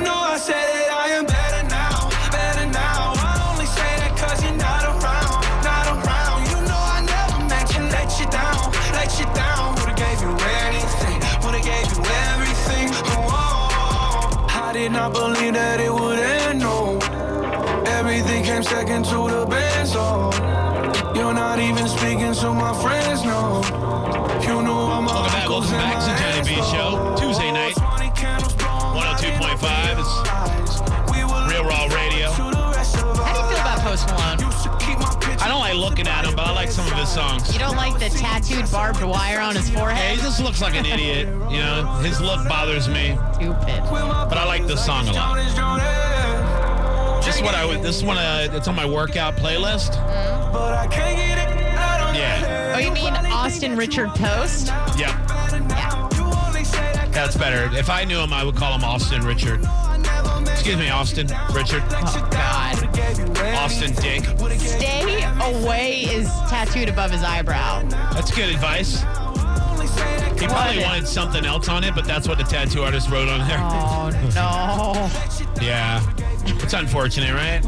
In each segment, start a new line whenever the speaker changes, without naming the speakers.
know I said that I am better now, better now. I only say that cause you're not around, not around. You know I never meant to let you down, let you down. Would've gave you anything, would've gave you everything. Oh, I did not believe that it would end, no. Everything came second to the band, so You're not even speaking to my friends, no. You knew all my
Welcome back,
uncles
welcome back to
and my oh.
Johnny
aunts,
B
though.
Show, Tuesday night, 102.5. It's Real Raw Radio.
How do you feel about Post Malone?
I don't like looking at him, but I like some of his songs.
You don't like the tattooed barbed wire on his
Yeah, he
forehead?
just looks like an idiot. You know, his look bothers me,
Stupid.
but I like this song a lot. This is what I would. This is one. Uh, it's on my workout playlist.
But I can't get it out of
Yeah.
Oh, you mean Austin Richard Post?
Yep,
Yeah.
You only say that
that's better. If I knew him, I would call him Austin Richard. Excuse me, Austin Richard.
Oh, God.
Austin Dick.
Stay away is tattooed above his eyebrow.
That's good advice. He probably wanted something else on it, but that's what the tattoo artist wrote on there.
Oh, no.
Yeah. It's unfortunate, right?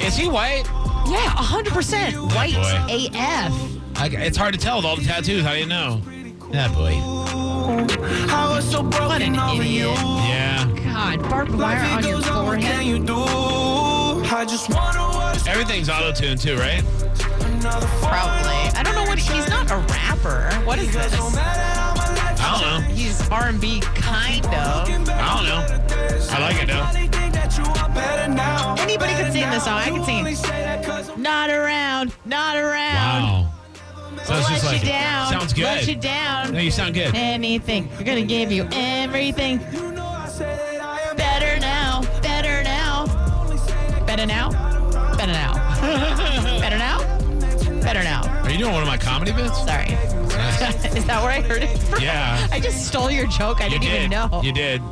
Is he white?
Yeah, 100% white
boy.
AF.
I, it's hard to tell with all the tattoos. I didn't know. That boy.
I was so
What
broken
an
over you.
idiot.
Yeah.
God, barbed wire
Life
on
it
your
goes on, what can
forehead?
you do? I just wonder what is
Everything's auto tuned too, right?
another
Probably. I don't know what he's not a rapper. What is this?
I don't know.
He's R&B kind of.
I don't know. I like it though.
Anybody could sing this song. I could sing it. Not around, not around.
Wow.
Let
Sounds just like
you down.
Sounds good.
Let you down.
No, you sound good.
Anything. We're gonna give you everything. Better now. Better now. Better now. Better now.
Are
Better now. Better now.
you doing one of my comedy bits?
Sorry. Is that where I heard it from?
Yeah.
I just stole your joke. I
You
didn't
did.
even know.
You did.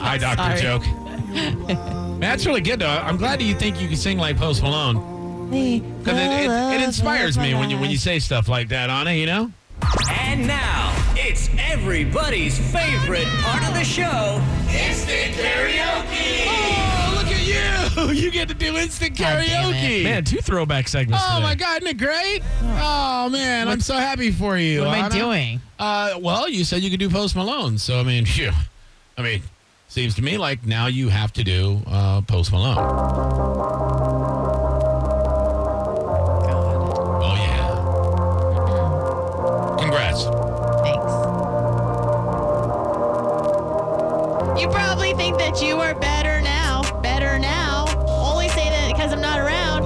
Eye doctor
Sorry.
joke. Man, That's really good though. I'm glad that you think you can sing like Post Malone because it, it, it inspires me when you when you say stuff like that, Anna. You know.
And now, it's everybody's favorite part of the show.
Oh, look at you! You get to do instant
God damn
karaoke.
Man, two throwback segments.
Oh
today.
my God, isn't it great? Oh man, I'm so happy for you.
What am I
Anna.
doing?
Uh, well, you said you could do Post Malone, so I mean, phew. I mean, seems to me like now you have to do uh, Post Malone.
God.
Oh yeah. Mm-hmm. Congrats.
Thanks. You probably think that you are better now. Better now. Only say that because I'm not around.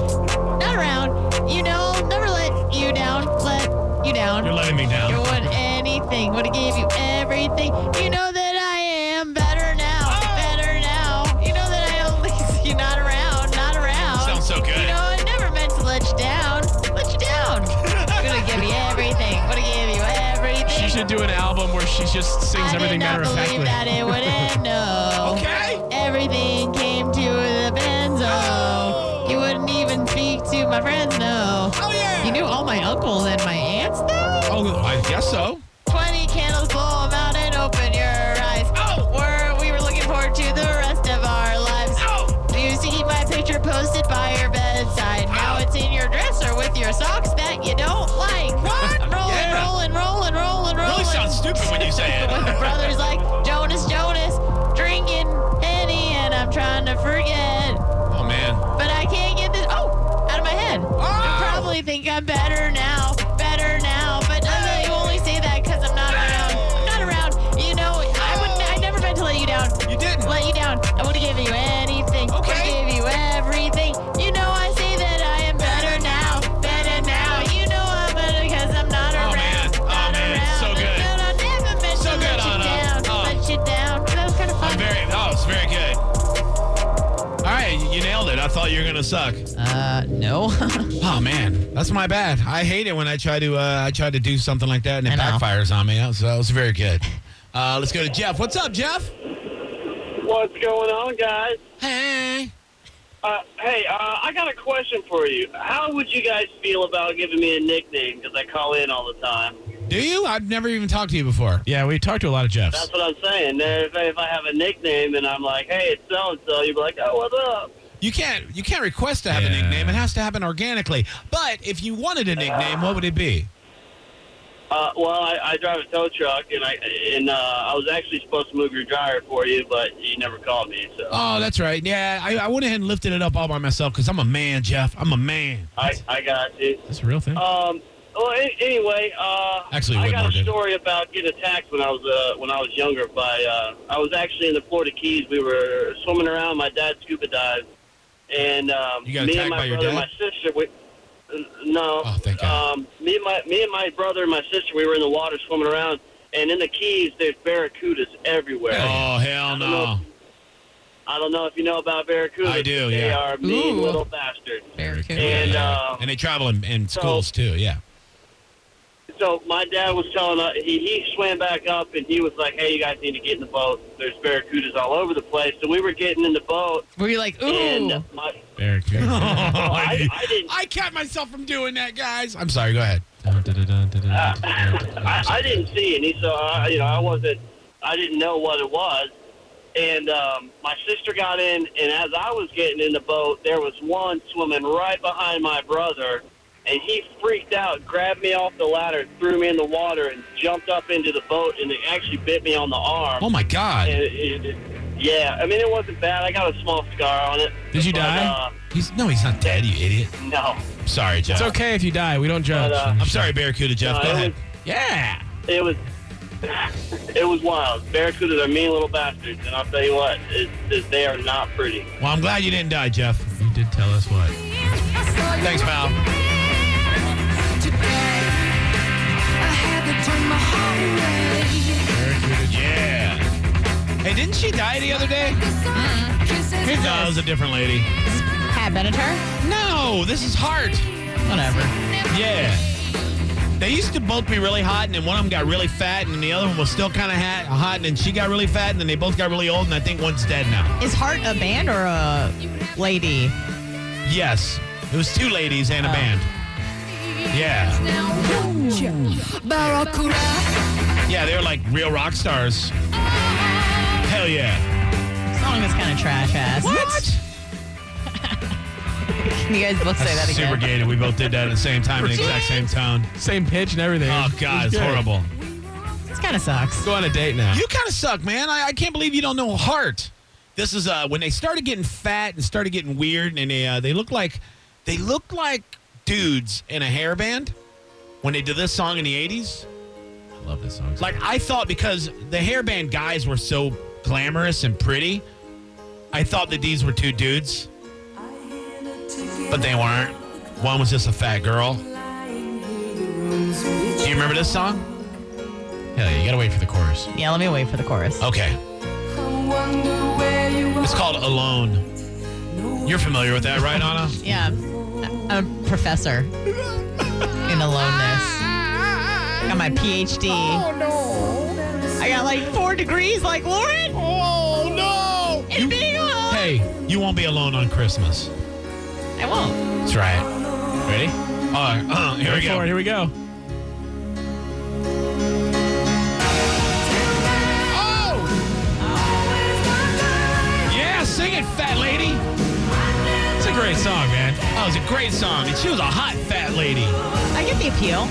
Not around. You know, never let you down. Let you down.
You're
You
letting me down.
would anything. Would have gave you everything. You know that I am better now.
Oh!
Better now. You know that I only see you not around. Not around.
Sounds so
You
good.
know, I never meant to let you down. Let you down. I'm gonna give you everything. I'm gonna give you everything.
She should do an album where she just sings
I
everything
did not
matter of factly.
believe that it would end. No.
Okay.
Everything came to the benzo. You wouldn't even speak to my friends. No.
Oh yeah.
You knew all my uncles and my aunts though.
Oh, I guess so.
Twenty candles, blow 'em out, and open your eyes.
Oh.
We're, we were looking forward to the rest of our lives.
Oh.
You used to keep my picture posted by your bedside. Now
Oh.
it's in your dresser with your socks that you don't like. What? Rolling,
Yeah.
rolling, rolling, rolling, rolling.
Really sounds stupid when you say
With the
it.
brothers like Jonas, Jonas, drinking Henny, and I'm trying to forget.
Oh man.
But I can't get this, oh, out of my head. You probably think I'm better now, better now. But uh, you only say that because I'm not around. I'm not around. You know, I wouldn't, I never meant to let you down
You didn't.
let you down. I would give you anything.
Okay.
I would give you everything. You know I say that I am better now. Better now. You know I'm better because I'm not
Oh,
around.
man. Oh,
Not
man.
around.
So good.
And I never meant
So
to
good,
let you
Anna.
down.
Oh.
Let you down. That was kind of
I'm
fun.
very. Oh, it's very good. I thought you were gonna suck.
Uh, no.
Oh man, that's my bad. I hate it when I try to uh, I try to do something like that and it
I know.
backfires on me. That was, that was very good. Uh, let's go to Jeff. What's up, Jeff?
What's going on, guys?
Hey.
Uh, hey, uh, I got a question for you. How would you guys feel about giving me a nickname? Because I call in all the time.
Do you? I've never even talked to you before.
Yeah, we talked to a lot of Jeffs.
That's what I'm saying. If, if I have a nickname and I'm like, hey, it's so and so, you'd be like, oh, what's up?
You can't you can't request to have a
Yeah.
nickname. It has to happen organically. But if you wanted a nickname, what would it be?
Uh, well, I, I drive a tow truck, and I and uh, I was actually supposed to move your dryer for you, but you never called me, so
Oh, that's right. Yeah, I, I went ahead and lifted it up all by myself because I'm a man, Jeff. I'm a man.
I, I got you.
That's a real thing.
Um, well, a- anyway, uh,
Actually,
I
Whitmore
got a
did.
story about getting attacked when I was uh, when I was younger. By uh, I was actually in the Florida Keys. We were swimming around. My dad scuba dived, and um,
You got
me
attacked
and my
by your
brother, and
dad?
my sister. We, n- no,
Oh, thank God.
um, me and my me and my brother and my sister. We were in the water swimming around, and in the Keys, there's barracudas everywhere.
Oh hell no!
I don't know if you know about barracudas.
I do,
They
yeah.
are mean
Ooh.
little bastards.
Very cool.
And,
uh,
um,
and they travel in, in
so-
schools too. Yeah.
So my dad was telling us he, he swam back up and he was like, "Hey, you guys need to get in the boat. There's barracudas all over the place." So we were getting in the boat,
Were you like, ooh?
and my, I,
Oh, I,
I didn't, I,
kept myself from doing that, guys. I'm sorry. Go ahead.
I, didn't see any. So I, you know, I wasn't, I didn't know what it was. And um, my sister got in, and as I was getting in the boat, there was one swimming right behind my brother, and he freaked out, grabbed me off the ladder, threw me in the water, and jumped up into the boat, and it actually bit me on the arm.
Oh my
And
God!
it, it, it- yeah, I mean, it wasn't bad. I got a small scar on it.
Did you
But, um,
die?
He's no, he's not dead. You idiot.
Uh, no,
I'm sorry, Jeff.
It's okay if you die. We don't judge.
But, uh,
I'm sorry, Barracuda Jeff.
No,
go
it
ahead.
was-
yeah.
it was it was wild. Barracudas are mean little bastards, and I'll tell you what, it, it, they are not pretty.
Well, I'm glad you didn't die, Jeff. You did tell us what. Thanks, pal. Yeah. Hey, didn't she die the other day? No, it was a different lady.
Pat Benatar?
No, this is Hart.
Whatever.
Yeah. They used to both be really hot, and then one of them got really fat, and the other one was still kind of hot, and then she got really fat, and then they both got really old, and I think one's dead now.
Is Hart a band or a lady?
Yes. It was two ladies and a
Oh.
band. Yeah. Yeah, they were like real rock stars. Hell yeah.
Song was kind of trash ass. Can you guys both say that
That's
again?
super gay that we both did that at the same time in the exact same tone.
Same pitch and everything.
Oh, God, it's
good.
horrible.
This kind of sucks.
Go on a date now.
You kind of suck, man. I, I can't believe you don't know Heart. This is uh, when they started getting fat and started getting weird, and they uh, they look like they look like dudes in a hairband when they did this song in the eighties.
I love this song.
Like I thought because the hairband guys were so glamorous and pretty, I thought that these were two dudes, but they weren't. One was just a fat girl. Do you remember this song? Hell yeah, you gotta wait for the chorus.
Yeah, let me wait for the chorus.
Okay. It's called Alone. You're familiar with that, right, Anna?
Yeah, I'm- I'm a professor in aloneness. I got my PhD. Oh no! I got like four degrees, like Lauren. Oh no! In being alone,
hey, you won't be alone on Christmas.
I won't.
That's right. Ready? All right. Uh, here we
Go for it,
go.
Here we go.
Oh! Yeah, sing it, fat lady.
It's a great song, man.
Oh, it's a great song. And she was a hot fat lady.
I get the appeal.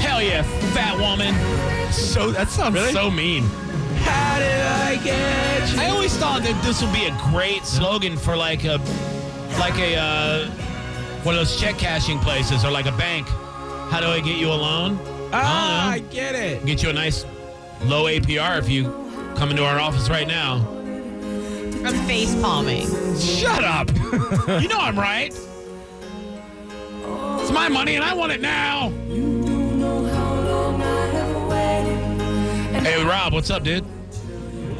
Hell yeah, fat woman. So that sounds so mean.
How did I get
I always thought that this would be a great slogan for like a like a uh, one of those check cashing places or like a bank. How do I get you a loan?
Ah,
I
I
don't know.
get it.
get you a nice low APR if you come into our office right now.
I'm face palming.
Shut up. you know I'm right. It's my money and I want it now. Hey, Rob, what's up, dude?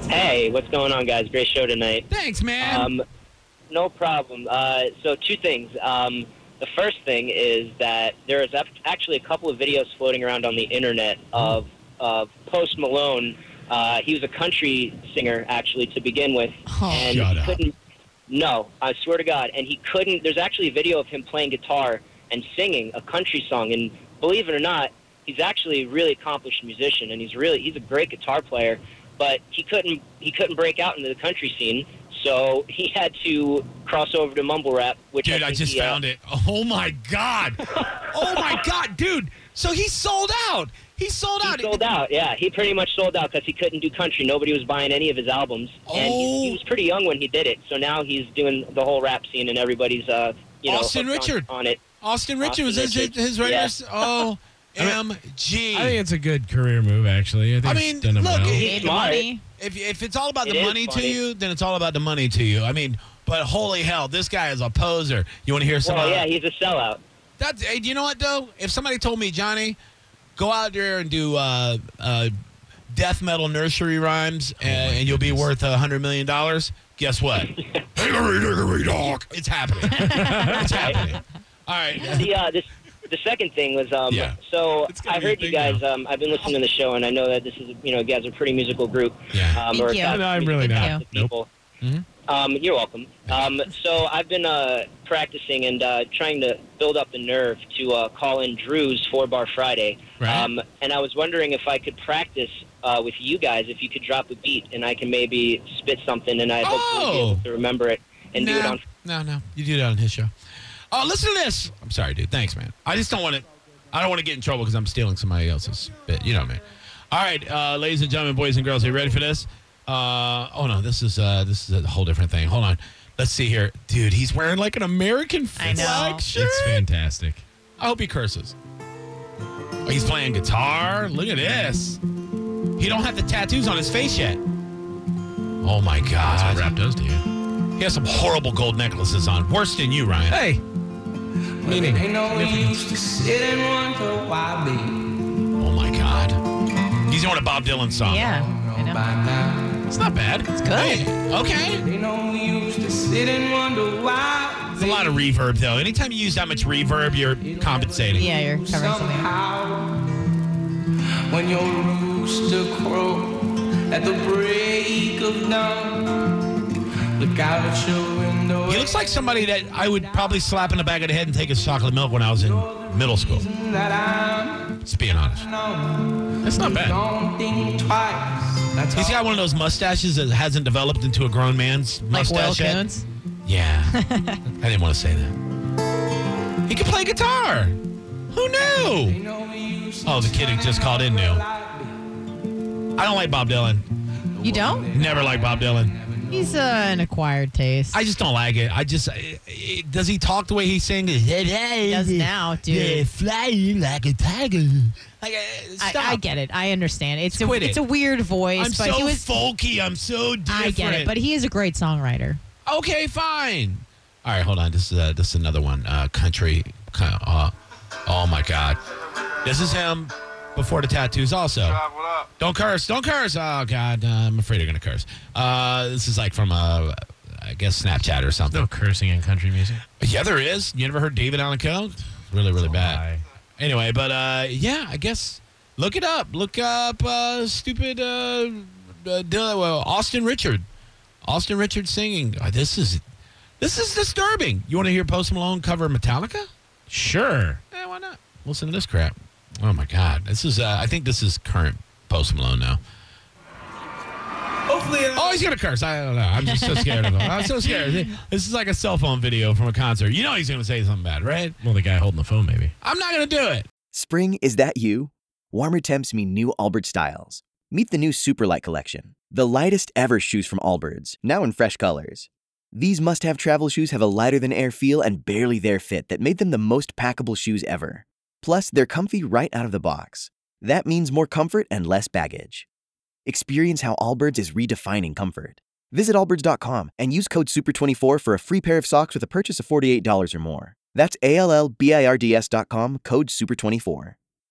Hey, what's going on, guys? Great show tonight.
Thanks, man.
Um, no problem. Uh, so two things. Um, the first thing is that there is ac- actually a couple of videos floating around on the internet of of Post Malone. Uh, he was a country singer actually to begin with,
Oh.
and
Shut
he
up.
couldn't. No, I swear to God, and he couldn't. There's actually a video of him playing guitar and singing a country song, and believe it or not, he's actually a really accomplished musician, and he's really he's a great guitar player. But he couldn't he couldn't break out into the country scene, so he had to cross over to mumble rap, which
Dude, I
think
just
he, uh,
found it. Oh my god. Oh my god, dude. So he sold out. He sold out.
He sold out. Yeah, he pretty much sold out because he couldn't do country. Nobody was buying any of his albums, and
Oh.
he, he was pretty young when he did it. So now he's doing the whole rap scene, and everybody's uh, you know,
Austin
hooked
Richard.
on, on it.
Austin Richard was his,
Richards.
his
Yeah.
regular O M G.
I think it's a good career move, actually. I think
I
it's
mean,
done him
look,
well.
it-
Made the
Smart.
money.
If if it's all about
It
the
is
money to
funny.
you, then it's all about the money to you. I mean, but holy hell, this guy is a poser. You want to hear some?
Well,
uh,
yeah, he's a sellout.
That's hey, you know what though? If somebody told me, Johnny, go out there and do uh, uh, death metal nursery rhymes,
Oh
uh, and, you'll be worth a hundred million dollars. Guess what? Hickory dickory dock. It's happening. it's happening. All right.
the uh, this the second thing was um.
Yeah.
So
It's gonna
I
be a
heard you
thing
guys. Um, I've been listening to the show, and I know that this is you know you guys are a pretty musical group.
Yeah.
Um,
Thank
or
you.
about
No, I'm really
music
not.
types of
Nope. Mm-hmm.
people.
Mhm.
Um, you're welcome. Um, so I've been uh, practicing and uh, trying to build up the nerve to uh, call in Drew's Four Bar Friday.
Right.
Um, and I was wondering if I could practice uh, with you guys, if you could drop a beat, and I can maybe spit something, and I hopefully be
Oh.
able to remember it and do it
no,
on
no, no. You do that on his show. Oh, listen to this. I'm sorry, dude. Thanks, man. I just don't want to. I don't want to get in trouble because I'm stealing somebody else's bit. You know, man. All right, uh, ladies and gentlemen, boys and girls, are you ready for this? Uh, oh no, this is uh, this is a whole different thing. Hold on. Let's see here, dude. He's wearing like an American
I know.
flag
It's
shirt.
It's fantastic.
I hope he curses. Oh, he's playing guitar. Look at this. He don't have the tattoos on his face yet. Oh my
That's
god.
what rap does to you.
He has some horrible gold necklaces on. Worse than you, Ryan.
Hey. Meaning.
Ain't no use to sit and wonder why me.
Oh my God. He's doing a Bob Dylan song.
Yeah.
By
I know.
now,
It's not bad. It's
good.
okay.
ain't no use to sit and wonder why.
It's a lot of reverb, though. Anytime you use that much reverb, you're compensating.
Yeah, you're covering something.
Somehow, when your rooster crows at the break of dawn, look out at your window.
He looks like somebody that I would probably slap in the back of the head and take his chocolate milk when I was in middle school.
that I'm
Just being honest.
known.
That's not bad.
Don't think twice. That's
He's
all.
got one of those mustaches that hasn't developed into a grown man's
Like
mustache
Will
yet.
Coons.
Yeah. I didn't want to say that. He could play guitar. Who knew?
Ain't no use
Oh, the kid who just called in knew. I don't like Bob Dylan.
You don't?
Never liked Bob Dylan.
He's uh, an acquired taste.
I just don't like it. I just it, it, does he talk the way he sings? He
does now, dude.
flying like a tiger. Like, uh,
I,
stop.
I get it. I understand. It's a,
Quit it.
it's a weird voice,
I'm
but
so
he was.
folky. I'm so different.
I get it, but he is a great songwriter.
okay, fine. All right, hold on. This is uh, this is another one. Uh, country. kind of, Uh, oh my God, this is him before the tattoos. Also, don't curse. Don't curse. Oh God, uh, I'm afraid you're gonna curse. Uh, this is like from uh, I guess Snapchat or something.
No cursing in country music.
Yeah, there is. You never heard David Allen Coe? It's Really, really bad. Anyway, but uh, yeah, I guess look it up. Look up uh, stupid uh, uh, Dylan- well, Austin Richard. Austin Richard singing. Uh, this is this is disturbing. You want to hear Post Malone cover Metallica?
Sure.
Eh, why not? Listen to this crap. Oh my God, this is. Uh, I think this is current Post Malone now.
Hopefully,
Oh, he's gonna curse. I don't know. I'm just so scared of him. I'm so scared. This is like a cell phone video from a concert. You know he's gonna say something bad, right?
Well, the guy holding the phone, maybe.
I'm not gonna do it.
Spring, is that you? Warmer temps mean new Allbirds styles. Meet the new Superlight Collection, the lightest ever shoes from Allbirds, now in fresh colors. These must have travel shoes have a lighter than air feel and barely their fit that made them the most packable shoes ever. Plus, they're comfy right out of the box. That means more comfort and less baggage. Experience how Allbirds is redefining comfort. Visit allbirds.com and use code SUPER24 for a free pair of socks with a purchase of $48 or more. That's A L L B I R D S dot com, code SUPER24.